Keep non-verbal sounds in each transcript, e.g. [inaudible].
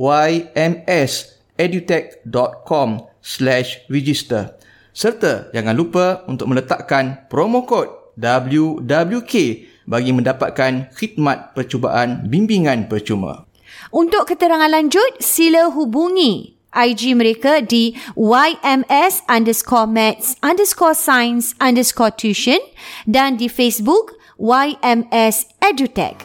ymsedutech.com slash register serta jangan lupa untuk meletakkan promo kod WWK bagi mendapatkan khidmat percubaan bimbingan percuma. Untuk keterangan lanjut, sila hubungi IG mereka di YMS underscore maths underscore science underscore tuition dan di Facebook YMS Edutech.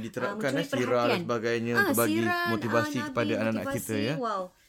Ah, diterapkan mencuri eh, sirah perhatian. dan sebagainya Ah, untuk bagi siran, motivasi ah, kepada Nabi, anak-anak kita motivasi. ya. Hmm. Wow.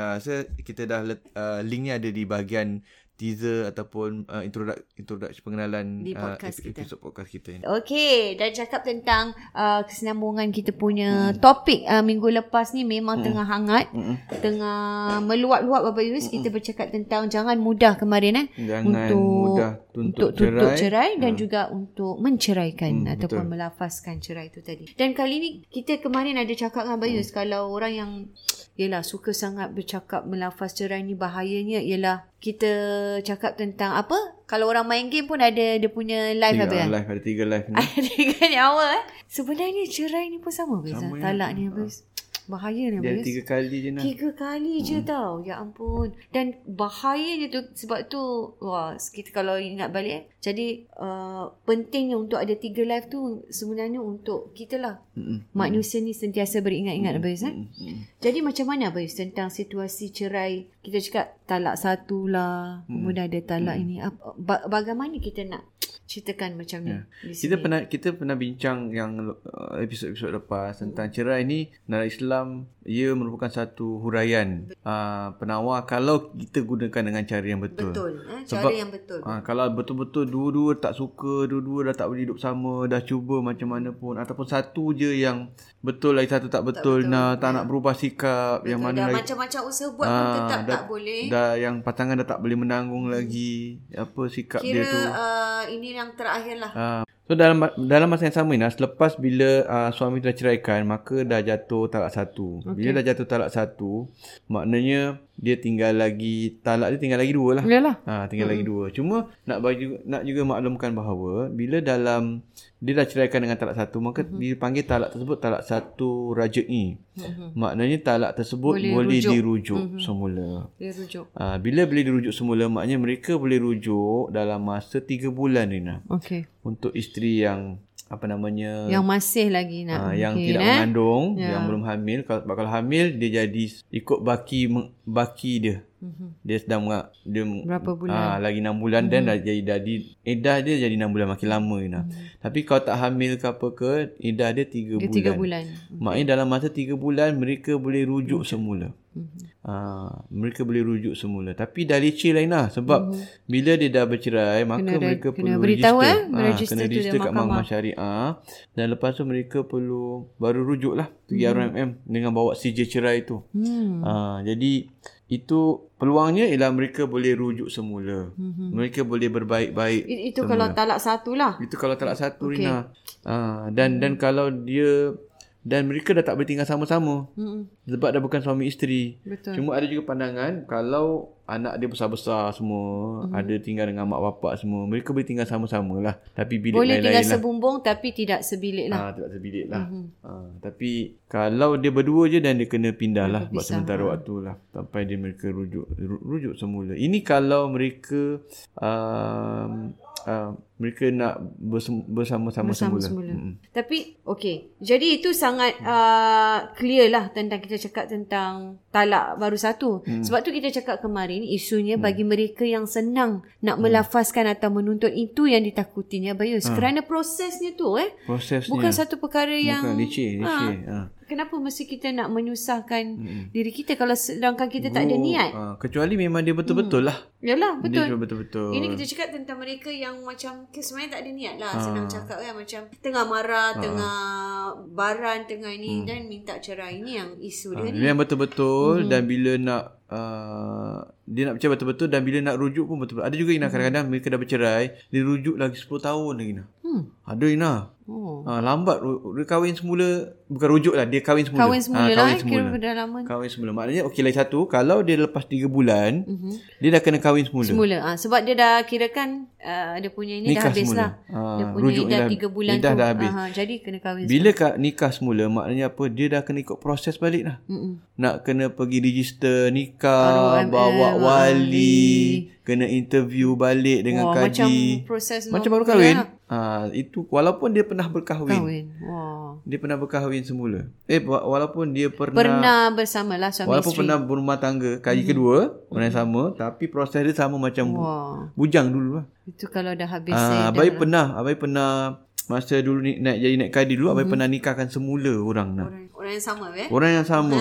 Uh, saya kita dah let, uh, link ni ada di bahagian teaser ataupun uh, introduction introduction pengenalan Di ah, podcast ep- kita. episod podcast kita ni. Okey, dah cakap tentang uh, kesinambungan kita punya hmm. topik uh, minggu lepas ni memang hmm. tengah hangat, hmm. tengah meluap-luap Bapak Yus. Hmm. Kita bercakap tentang jangan mudah kemarin eh. Jangan mudah untuk tuntut tuntut cerai. cerai dan juga untuk menceraikan Hmm, ataupun betul. melafazkan cerai itu tadi. Dan kali ni kita kemarin ada cakap dengan Bayus hmm. kalau orang yang Yelah suka sangat bercakap melafaz cerai ni bahayanya ialah kita cakap tentang apa kalau orang main game pun ada dia punya live Tiga apa kan? live ada tiga live ni. [laughs] Ada kan nyawa eh. Sebenarnya cerai ni pun sama Bez. Sama Sama ya. Talak ni Bez. Bahaya ni Dia Bez. tiga kali je nak. Tiga kali hmm. je tau. Ya ampun. Dan bahayanya tu sebab tu wah kita kalau ingat balik eh. Jadi uh, pentingnya untuk ada tiga live tu sebenarnya untuk kita lah. Mm-mm. Manusia ni sentiasa beringat-ingat hmm. Bez eh. Mm-mm. Jadi macam mana Abang Yus tentang situasi cerai? Kita cakap talak satu lah. Hmm. Kemudian ada talak hmm. ini. Apa- ba- Bagaimana kita nak ceritakan macam ni? Ya. di Kita sini? pernah kita pernah bincang yang uh, episod-episod lepas tentang cerai ni negara Islam ia merupakan satu huraian uh, penawar kalau kita gunakan dengan cara yang betul. Betul. Eh? Cara Sebab- yang betul. Ha, kalau betul-betul dua-dua tak suka, dua-dua dah tak boleh hidup sama, dah cuba macam mana pun ataupun satu je yang betul lagi satu tak betul, tak, betul. nah, tak nak berubah sikap yang Betul. mana dah lagi macam-macam usaha buat pun Ah, tetap dah- tak boleh. dah yang pasangan dah tak boleh menanggung lagi apa sikap Kira dia tu. uh, ini Eh, yang terakhir lah. Ha, so So dalam dalam masa yang sama Ina selepas bila uh, suami dah ceraikan maka dah jatuh talak satu. Okay. Bila dah jatuh talak satu maknanya dia tinggal lagi talak dia tinggal lagi dua lah. Yalah. Ha, tinggal hmm. lagi dua. Cuma nak bagi nak juga maklumkan bahawa bila dalam dia dah ceraikan dengan talak satu maka hmm. dipanggil talak tersebut talak satu rajai. Hmm. Maknanya talak tersebut boleh, boleh rujuk. dirujuk hmm. semula. Dia rujuk. Ha, bila boleh dirujuk semula maknanya mereka boleh rujuk dalam masa tiga bulan Rina. Okey. Untuk isteri yang apa namanya Yang masih lagi nak uh, yang tidak eh? mengandung, Ya. yang belum hamil. Kalau, kalau hamil dia jadi ikut baki meng- baki dia. Mhm. Dia sedang menga- dia Berapa bulan? Mhm. Ah lagi 6 bulan dan dah jadi jadi edah dia jadi 6 bulan makin lama Ina. Tapi kalau tak hamil ke apa ke, edah dia 3 Dia bulan. tiga bulan. Maknanya dalam masa 3 bulan mereka boleh rujuk semula. Mhm. Ah, mereka boleh rujuk semula. Tapi dah leceh lain lah sebab bila dia dah bercerai maka Mhm. Kena re- mereka kena perlu beritahu, register. Ah, eh, beregister kena tu register dalam kat mahkamah syariah dan lepas tu mereka perlu baru rujuk lah pergi Mhm. hmm. RMM dengan bawa CJ cerai tu. Hmm. Ha, jadi itu peluangnya ialah mereka boleh rujuk semula. Mhm. Mm-hmm. Mereka boleh berbaik-baik. It- Itu kalau talak satu lah. Itu kalau talak satu okay. Rina. Ha, dan dan Mhm. kalau dia dan mereka dah tak boleh tinggal sama-sama Hmm. sebab dah bukan suami isteri. Betul. Cuma ada juga pandangan kalau anak dia besar-besar semua, hmm. ada tinggal dengan mak bapak semua, mereka boleh tinggal sama-sama lah. Tapi bilik Boleh tinggal lain-lain lah. sebumbung tapi tidak sebilik lah. Ah, tak sebilik lah. Mm-hmm. Ah, tapi kalau dia berdua je dan dia kena pindah lah buat sementara ha. waktu lah sampai dia mereka rujuk ru- rujuk semula. Ini kalau mereka um, uh, mereka nak bersem- bersama-sama Bersama semula. Hmm. semula. Mm-mm. Tapi okay. Jadi itu sangat uh, clear lah tentang kita cakap tentang talak baru satu. Hmm. Sebab tu kita cakap kemarin isunya hmm. bagi mereka yang senang nak hmm. melafazkan atau menuntut itu yang ditakutinya Bayus. Hmm. Kerana prosesnya tu eh Prosesnya bukan satu perkara yang bukan licin, licin. Ah. Kenapa mesti kita nak menyusahkan hmm. diri kita kalau sedangkan kita tak ada Oh, niat? ah, kecuali memang dia betul-betul lah. Yalah, betul. Dia cuma betul-betul. Ini kita cakap tentang mereka yang macam ke- sebenarnya tak ada niat lah. Ha. Senang cakap kan macam tengah marah, tengah baran, tengah Hmm. ni dan minta cerai. Ini yang isu dia Ah, ni. Dia yang Mm-hmm. betul-betul hmm. dan bila nak uh, dia nak bercerai betul-betul dan bila nak rujuk pun betul-betul. Ada juga Ina Mm-hmm. kadang-kadang mereka dah bercerai, dia rujuk lagi 10 tahun lagi Ina. Hmm. Ada Ina. Oh. Ha, lambat ru- dia kahwin semula bukan rujuk lah dia kahwin semula. Kahwin semula Ah, lah. kahwin eh. semula. Kira dah lama. Kahwin semula. Maknanya okey lagi satu kalau dia lepas 3 bulan mm-hmm. dia dah kena kahwin semula. Semula. Ah, sebab dia dah kirakan uh, dia punya ini dah Nikah habis semula. lah. Ah, dia punya rujuk dah dah- 3 bulan tu. Ah, lidah lah. dah habis. Aha, jadi kena kahwin. Bila ka- nikah semula maknanya apa dia dah kena ikut proses balik lah. Mm-mm. Nak kena pergi register nikah, ROML, bawa wali. wali, kena interview balik Wah, dengan macam kaji. proses normal Macam baru kahwin. lah. Ha, itu walaupun dia pernah berkahwin. Kahwin. Wah. Dia pernah berkahwin semula. Eh wa- walaupun dia pernah, Pernah bersamalah suami walaupun isteri. Hmm. pernah berumah tangga kali kedua orang yang sama tapi proses dia sama macam bu- Wah. bujang dulu lah. Itu kalau dah habis. eh, dah- Ah abai pernah, abai pernah masa dulu ni, naik jadi naik kadi dulu abai Hmm. pernah nikahkan semula orang nak. orang, orang yang sama eh. Orang yang [laughs] sama.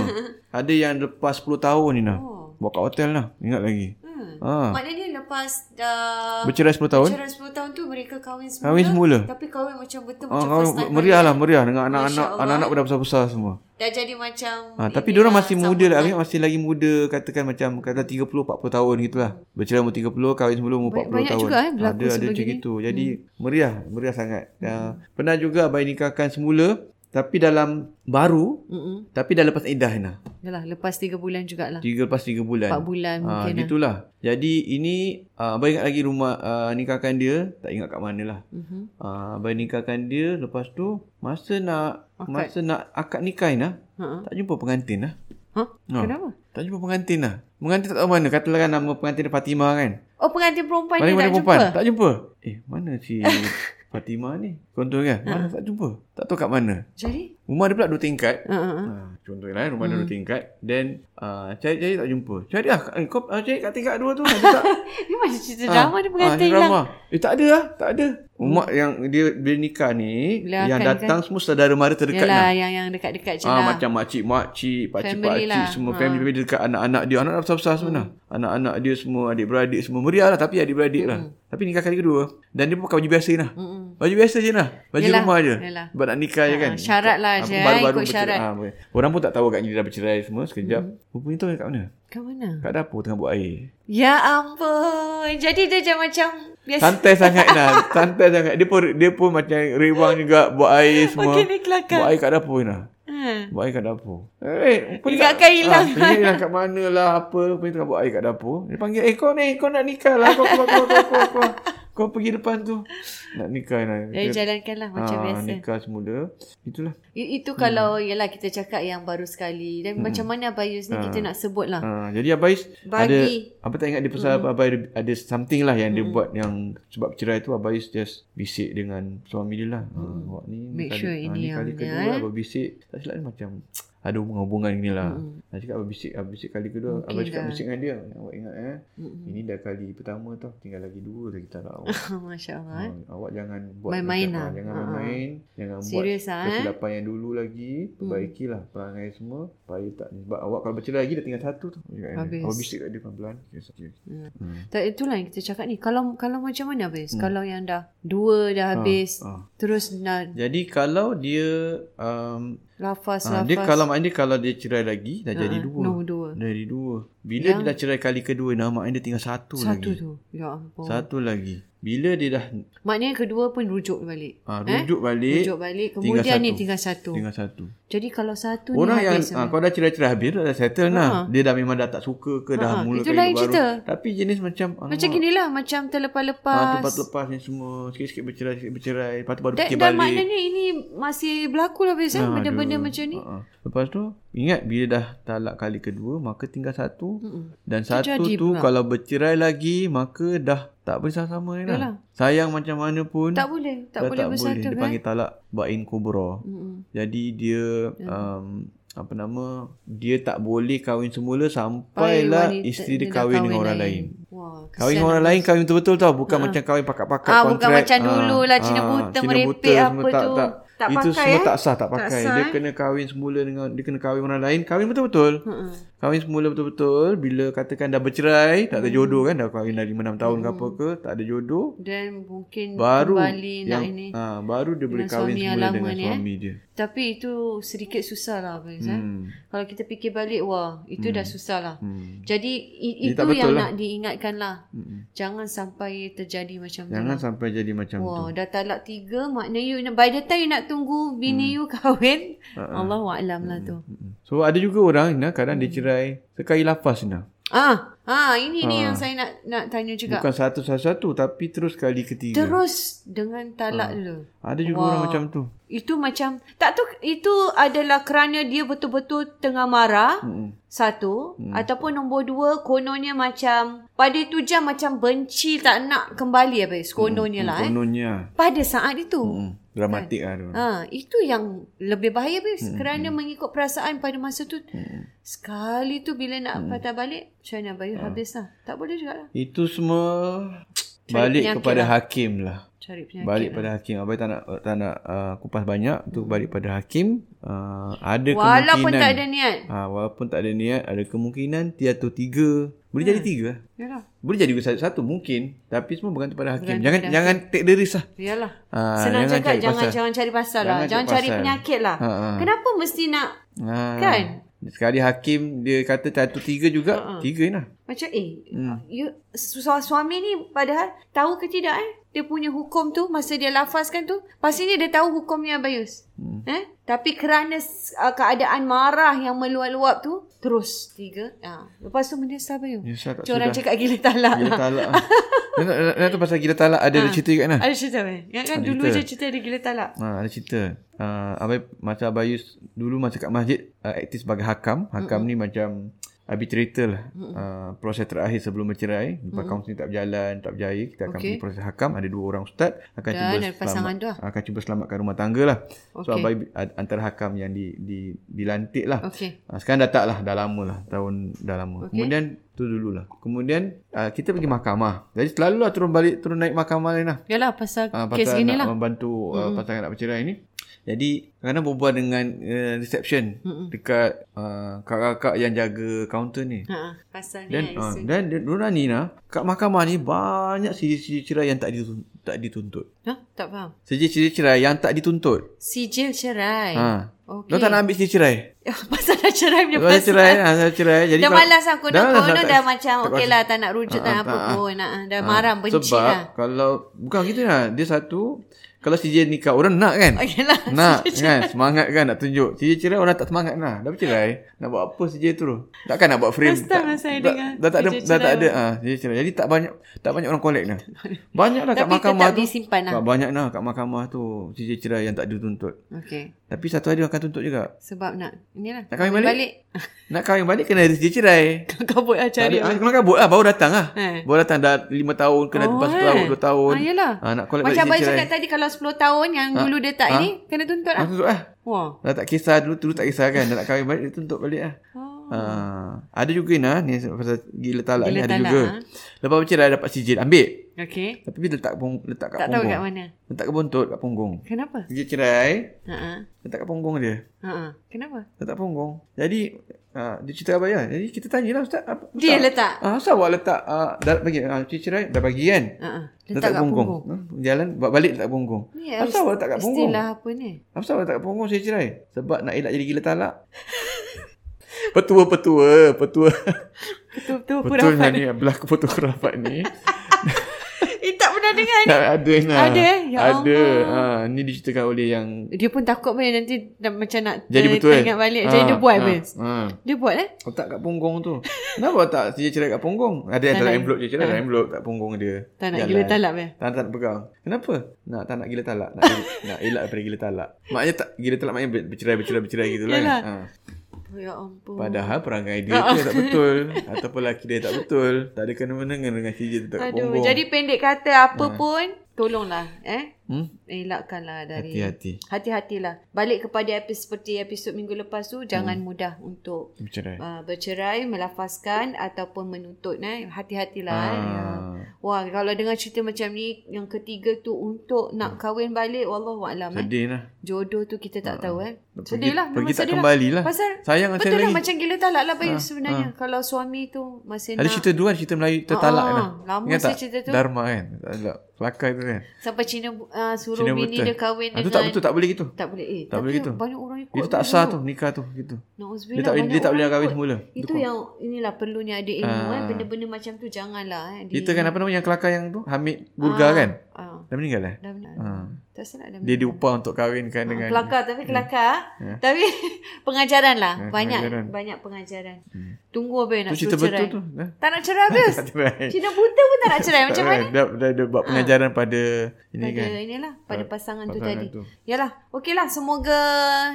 Ada yang lepas 10 tahun ni nak. Oh. Bawa kat hotel lah. Ingat lagi. Hmm. Ha. Maknanya lepas dah Bercerai 10 tahun. Pacaran 10 tahun tu mereka kahwin semula. Kahwin semula. Tapi kahwin macam betul Ah, macam kahwin- first time. ya. meriah lah, meriah dengan anak-anak. Allah. Anak-anak dah besar-besar semua. Dah jadi macam Ha, tapi ini dia orang lah, masih sama muda lah. kan. Amir masih lagi muda katakan macam kata 30 40 tahun gitulah. Bercerai umur 30, kahwin sebelum umur 40 Banyak- banyak tahun. juga, eh, berlaku Hmm. ada ada macam sebegini. gitu. Jadi meriah, meriah sangat. Hmm. pernah juga abai nikahkan semula tapi dalam baru Mm-mm. tapi dah lepas iddah nah. Yalah, lepas 3 bulan jugalah. 3 lepas 3 bulan. 4 bulan Ah, mungkin. lah. gitulah. Jadi ini ah, abang ingat lagi rumah ah, nikahkan dia, tak ingat kat mana lah. Mhm. Ah, abang nikahkan dia, lepas tu masa nak Akad. masa nak akad nikah nah, Ha. tak jumpa pengantin lah. Ha? Ah. Kenapa? Tak jumpa pengantin lah. Pengantin tak tahu mana. Katalah kan nama pengantin dia Fatimah kan. Oh, pengantin perempuan Mana dia mana tak perempuan. jumpa. Tak jumpa. Eh, mana si [laughs] Fatimah ni? Contoh kan? Ah. Mana tak jumpa? Tak tahu kat mana. Jadi? Rumah dia pula dua tingkat. Ha, ha, ha. Ha, contohnya lah, rumah dia Hmm. dua tingkat. Then, ah, cari-cari tak jumpa. Cari lah. Eh, Kau ah, cari kat tingkat dua tu. Ada tak? Ni macam cerita drama dia pengantin ah, hilang. drama. Eh, tak ada lah. Tak ada. Umat yang dia, dia nikah ni, Bila yang akan datang semua saudara mara terdekat Yalah, lah. yang yang dekat-dekat je Ah lah. macam makcik makcik, pakcik Family pakcik lah. semua family family dekat anak-anak dia. Anak-anak besar-besar semua lah. Anak-anak dia semua adik-beradik semua meriah lah tapi adik-beradik lah. Hmm. Tapi nikah kali kedua dan dia pun pakai baju biasa lah. Mm-mm. Baju biasa je lah. Baju Yelah, rumah je. yelah. Sebab nak nikah je Ha, kan. syarat lah Apa, je, eh, ikut bercerai. syarat. Hmm. Ah, boleh. orang pun tak tahu kat ni dia dah bercerai semua sekejap. Rupanya tahu kat mana? Ke mana? Kat dapur tengah buat air. Ya ampun. Jadi dia macam macam Biasa. Santai sangat Nah. Santai sangat. Dia pun dia pun macam rewang juga buat air [laughs] semua. Makin Ha. dia kelakar. Buat air kat dapur Nah. Hmm. Buat air kat dapur. Eh, pelik Ingatkan hilang. Ah, pelik hilang kat mana lah apa. Pelik tengah buat air kat dapur. Dia panggil, eh kau ni, kau nak nikah lah. Kau keluar, keluar, keluar, keluar. keluar. Kau pergi depan tu. Nak nikah Nah. Dia jalankanlah Eh, macam Ah, biasa. Nikah semula. Itulah. I- Itu kalau hmm. yalah kita cakap yang baru sekali dan hmm. macam mana Abayus ni kita nak sebut lah. Ha, jadi Abais ada Bagi. Hmm. apa tak ingat dia pasal mm. Abais ada, ada something lah yang mm. dia buat yang sebab cerai tu Abais just bisik dengan suami dia lah. Ha, awak ni Hmm. Make sure ha, ini ni yang kali dia, kedua eh. lah Abang bisik. Tak silap ni macam ada hubungan-hubungan ni lah. Mm. Abang cakap Abang bisik, Abang bisik kali kedua. Mungkin Abang Hmm. cakap dah. Hmm. bisik dengan dia. Awak ingat eh. Mm. Ini dah kali pertama tau. Tinggal lagi dua lagi tak nak awak. [laughs] Masya Allah. Ha, eh. awak jangan buat Main-main macam- lah. ha, Jangan Ha, ha. main-main. Jangan Serius buat lah, eh. kesilapan yang dulu lagi. Perbaikilah perangai semua. Supaya tak sebab awak kalau bercerai lagi dah tinggal satu tu. Habis. Habis. Awak bisik kat dia pelan-pelan. Yes, yes. Ya. Hmm. Tak itulah yang kita cakap ni. Kalau kalau macam mana Abayus? Hmm. Kalau yang dah dua dah habis ha. terus nak Jadi kalau dia um, lafaz ha, lafaz. dia kalau maknanya kalau dia cerai lagi dah jadi Ah, dua. no, dua. Dari dua. Bila Yang- dia dah cerai kali kedua nah maknanya dia tinggal satu, satu lagi. tu. Ya ampun. Satu lagi. Bila dia dah Maknanya kedua pun rujuk balik. ha, rujuk balik Eh? Rujuk balik kemudian ni tinggal satu. tinggal satu. Jadi kalau satu Orang ni yang habis. ha, kau dah cerai-cerai habis dah settle lah. Dia dah memang dah tak suka ke Ha, dah mula Ha. itu lain cerita. Tapi jenis macam macam gini lah macam terlepas-lepas. ah, lepas lepas ni semua sikit-sikit bercerai sikit bercerai lepas tu baru dan, fikir dan balik. maknanya ini masih berlaku lah biasa ha, benda-benda macam ni. Ha, ha. Lepas tu ingat bila dah talak kali kedua maka tinggal satu Mm-mm. dan satu jadi tu pula. kalau bercerai lagi maka dah tak boleh sama-sama ni Yalah. lah. Sayang macam mana pun Tak boleh, tak dah boleh bersatu Dia kan. panggil talak bain kubra. Mm-mm. Jadi dia um, apa nama dia tak boleh kahwin semula sampailah wanita- lah isteri dia dah kahwin dengan orang lain. Wah, Kahwin dengan orang lain kahwin betul-betul tau bukan macam kahwin pakat-pakat Ah, bukan kontrak. ah, macam dulu lah, Cina buta, merepek apa semua tak, tu. Tak, Tak pakai, Itu semua eh? tak sah tak pakai. sah, dia eh? kena kahwin semula dengan dia kena kahwin orang lain kahwin betul-betul. Mm-mm. Kahwin semula betul-betul bila katakan dah bercerai tak Hmm. ada jodoh kan dah kahwin dah 5 6 tahun ke apa ke tak ada jodoh Dan mungkin baru Hmm. kembali nak ini. ah, baru dia boleh kahwin suami yang semula lama dengan ni, eh? suami dia. Tapi itu sedikit susah lah Abang Izzah. Hmm. Kalau kita fikir balik, wah, itu dah susah lah. Hmm. Jadi i- itu Ini tak betul yang lah. nak diingatkan lah. Mm-mm. Jangan sampai terjadi macam Jangan tu. sampai jadi macam tu. Hmm. Wah, dah talak tiga, maknanya you, by the time you nak tunggu Hmm. bini you [laughs] kahwin, Ha, Allah wa'alam lah tu. Mm-mm. Hmm. So ada juga orang Ina kadang Hmm. dia cerai sekali lafaz Ina. Ah, ah ini ni yang saya nak nak tanya juga. Bukan satu satu satu tapi terus kali ketiga. Terus dengan talak dulu. Ada juga wow. orang macam tu. Itu macam tak tu itu adalah kerana dia betul-betul tengah marah. Mm-mm. Satu hmm. ataupun nombor dua kononnya macam pada tu jam macam benci tak nak kembali habis kononnya hmm. lah eh. Kononnya. Pada saat itu. Hmm. Mm. Dramatik lah tu. Ha, itu yang lebih bahaya habis hmm. kerana mengikut perasaan pada masa tu. Hmm. Sekali tu bila nak hmm. patah balik macam mana bayu ha. habis lah. Tak boleh juga lah Itu semua Cari penyakit balik kepada lah. hakim lah. cari penyakit. Balik pada hakim. Abang tak nak tak nak uh, kupas banyak tu balik pada hakim. Uh, ada Hmm. Walaupun kemungkinan. tak ada niat. Ha, walaupun tak ada niat, ada kemungkinan tiada tiga. Boleh Hmm. jadi tiga lah. Yalah. Boleh jadi juga satu-satu mungkin. Tapi semua bergantung pada hakim. Bergantung jangan pada jangan take the risk lah. Yalah. Ha, Senang jangan cakap cari jangan pasal. jangan cari pasal lah. Jangan Jangan cari cari pasal. penyakit lah. Ha, ha. Kenapa mesti nak Ha. Kan? Ha, Sekali hakim dia kata satu tiga juga, tiga ni lah. macam eh Hmm. you, su- suami ni padahal tahu ke tidak eh dia punya hukum tu masa dia lafazkan tu pastinya dia tahu hukumnya Abayus. Hmm. Eh? Tapi kerana uh, keadaan marah yang meluap-luap tu terus tiga. Ha. Lepas tu menyesal Abayus. Menyesal kat Macam orang Ya, sudah. cakap gila talak. Gila lah. Ah. talak lah. Nak- nak- nak tu pasal gila talak ada, ada cerita juga kan? Ada cerita Abayus. Ya, kan Ada dulu cerita. je cerita dia gila talak. Ha, ada cerita. Uh, Abai, masa Abayus dulu masa kat masjid uh, aktif sebagai hakam. Hakam mm-hmm. ni macam arbitrator lah. Uh, proses terakhir sebelum bercerai. Lepas mm-hmm. kaunseling tak berjalan, tak berjaya. Kita akan Okey. okay. pergi proses hakam. Ada dua orang ustaz. Akan Dan cuba ada pasangan tu lah. Akan cuba selamatkan rumah tangga lah. So Okey. Abai ad- antara hakam yang di, di, dilantik lah. Okey. Ha, sekarang dah tak lah. Dah lama lah. Tahun dah lama. Okay. Kemudian tu dululah. Kemudian uh, kita pergi mahkamah. Jadi selalulah turun balik, turun naik mahkamah lain lah Yalah pasal uh, kes pasal gini lah. nak membantu uh, pasangan nak bercerai ni. Jadi kadang berbual dengan uh, reception mm dekat uh, kakak-kakak yang jaga kaunter ni. Ha, pasal ni. Dan lah, uh, isu. dan Nuna Nina kat mahkamah ni banyak sijil-sijil cerai yang tak ditun- tak dituntut. Ha? Tak faham. Sijil-sijil cerai yang tak dituntut. Sijil cerai. Ha. Eh. Okey. [laughs] Okay. tak nak ambil sijil cerai. Pasal dah dah cerai punya Kalau saya cerai, ah, saya cerai. Jadi Dah kalau- malas lah konon malas konon tak- dah macam tak okey kuasa. lah tak nak rujuk tak Ah, nak apa tak, ah. pun. Ah, dah Ah, marah benci Sebab lah. [laughs] kalau bukan kita lah. Dia satu kalau si dia nikah orang nak kan? [laughs] Okey lah. Nak kan Semangat kan nak tunjuk Si dia cerai orang tak semangat lah Dah bercerai Nak buat apa si dia terus Takkan nak buat frame First time lah tak, saya dah, dengar dah, tak ada si dia Dah tak cerai ada ha, si dia cerai. Jadi tak banyak Tak banyak orang collect dah Banyak lah kat Tapi mahkamah tetap tu disimpan lah. Ba- Banyak lah kat mahkamah tu Si dia cerai yang tak dituntut Okey. Tapi satu hari orang akan tuntut juga Sebab nak inilah. Nak kahwin balik? Balik [laughs] Nak kahwin balik kena si dia cerai kabut lah Tak cari. ada- ah, Kalau kabut lah Baru datang lah Eh. Baru datang dah 5 tahun Kena Oh, lepas eh. tahun 2 tahun Ah, yelah. Ah, Nak collect Macam balik abang si dia cerai cakap tadi kalau 10 tahun yang Ah. dulu dia tak Ah. ini kena tuntut Ah, lah. tuntut lah Wah. Dah tak kisah dulu Dulu tak kisah kan Dah nak kahwin balik Dia tuntut balik lah Oh. Ha, ada juga Ina ni pasal gila talak Gila ni ada talak, juga. ha? Lepas macam dah dapat sijil ambil. Okey. Tapi dia letak pung, letak kat Tak tahu punggung. kat mana. Letak kat buntut kat punggung. Kenapa? Dia cerai, Ha ah. letak kat punggung dia. Ha ah. Kenapa? Letak punggung. Jadi ha, dia cerita apa ya? Jadi kita tanyalah ustaz apa ustaz. Dia letak. Ah, ustaz awak letak ah, dah bagi ah, dia cerai dah bagi kan? Ha ah. Letak kat punggung. punggung. Ha, jalan buat balik letak punggung. Ni Yeah, Asal awak letak kat punggung? Istilah apa ni? Kenapa awak tak punggung saya cerai? Sebab nak elak jadi gila [laughs] talak. Petua-petua, petua. Betul-betul aku Betulnya ni [laughs] berlaku foto kerafat [laughs] ni. Eh, tak pernah dengar ni. tak ada nah. Ada, eh? Ya ada. Ha, Allah. ni diceritakan oleh yang [laughs] Dia pun takut pun nanti dah macam nak jadi ter- betul kan? teringat balik. Jadi dia buat pun. Ha. Dia buat eh? Letak kat punggung tu. Kenapa tak dia cerai kat punggung? Ada yang Tak dalam nak- Ah. envelope je cerai dalam envelope kat punggung dia. Tak nak Jalan. gila talak eh? pun. Tak, tak nak pegang. Kenapa? Nak tak nak gila talak. [laughs] Nak, nak elak daripada gila talak. Maknanya tak gila talak maknanya ber- bercerai bercerai bercerai gitu lah. Yalah. Ha. Oh, ya ampun. Padahal perangai dia Ah. tu [laughs] tak betul ataupun lelaki dia tak betul. Tak ada kena-mengena dengan si dia tu tak Aduh, punggung. jadi pendek kata apa pun tolonglah eh. hmm? Elakkanlah dari Hati-hati. Hati-hatilah. Balik kepada episod seperti episod minggu lepas tu jangan mudah untuk Bercerai. uh, bercerai, melafazkan ataupun menuntut eh. Hatilah eh. Ya. Ah. Wah, kalau dengar cerita macam ni yang ketiga tu untuk nak Hmm. kahwin balik wallahualam eh. Sedih lah. Jodoh tu kita tak tahu eh. Ah, Pergi- Sedih lah. pergi memang tak sedih kembali lah. Pasal Sayang betul saya lah lagi. macam gila talak lah Bayu sebenarnya. Kalau suami tu masih ah. Ada nak cerita dua cerita Melayu tertalak Ah, kan. lama Ingat saya tak? cerita tu. Dharma kan. Talak. Pelakai tu kan. sampai Cina uh, suruh Cina bini betul. dia kahwin Ah, dengan tu tak betul tak boleh gitu. tak boleh eh. Tak tapi boleh gitu. Banyak orang ikut. Itu tak dulu. sah tu nikah tu gitu. Nauzubillah, Dia tak boleh banyak dia tak boleh orang kahwin Ah. ikut. semula. Itu yang inilah perlunya ada ilmu eh. Benda-benda macam tu janganlah eh. Di, Cerita kan apa nama yang kelakar yang tu Hamid Burga kan. ah, Dah meninggal eh? dah benar. Ha. Tak salah dah. Dia diupah untuk kahwinkan dengan Kelakar tapi Hmm. kelakar. Tapi [laughs] pengajaran lah. banyak Ya. pengajaran. Hmm. banyak pengajaran. Tunggu apa nak tu cerita suruh cerai. betul tu. Dah. Tak nak cerai habis. Tak [laughs] cerai. Cina buta pun tak nak cerai Tak kan? macam cerai. mana? Ah. Dah dah dah buat pengajaran pada ini Pada kan. inilah pada pasangan tu pasangan tadi. tu. Yalah, okeylah semoga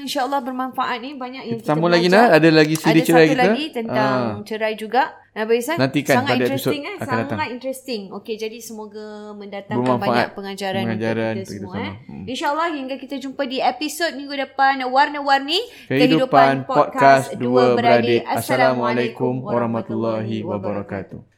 insyaallah bermanfaat ni banyak yang kita Sambung lagi belajar. nak ada lagi Ada siri satu cerai kita. Ah. lagi tentang cerai juga. Abang Isan, Nantikan sangat pada interesting eh. episod akan Sangat datang. interesting. Okey, jadi semoga mendatangkan Bermanfaat. banyak pengajaran, Pengajaran untuk kita untuk kita semua. semua. Hmm. eh. InsyaAllah hingga kita jumpa di episod minggu depan Warna-Warni Kehidupan Podcast Dua Beradik. Assalamualaikum warahmatullahi wabarakatuh.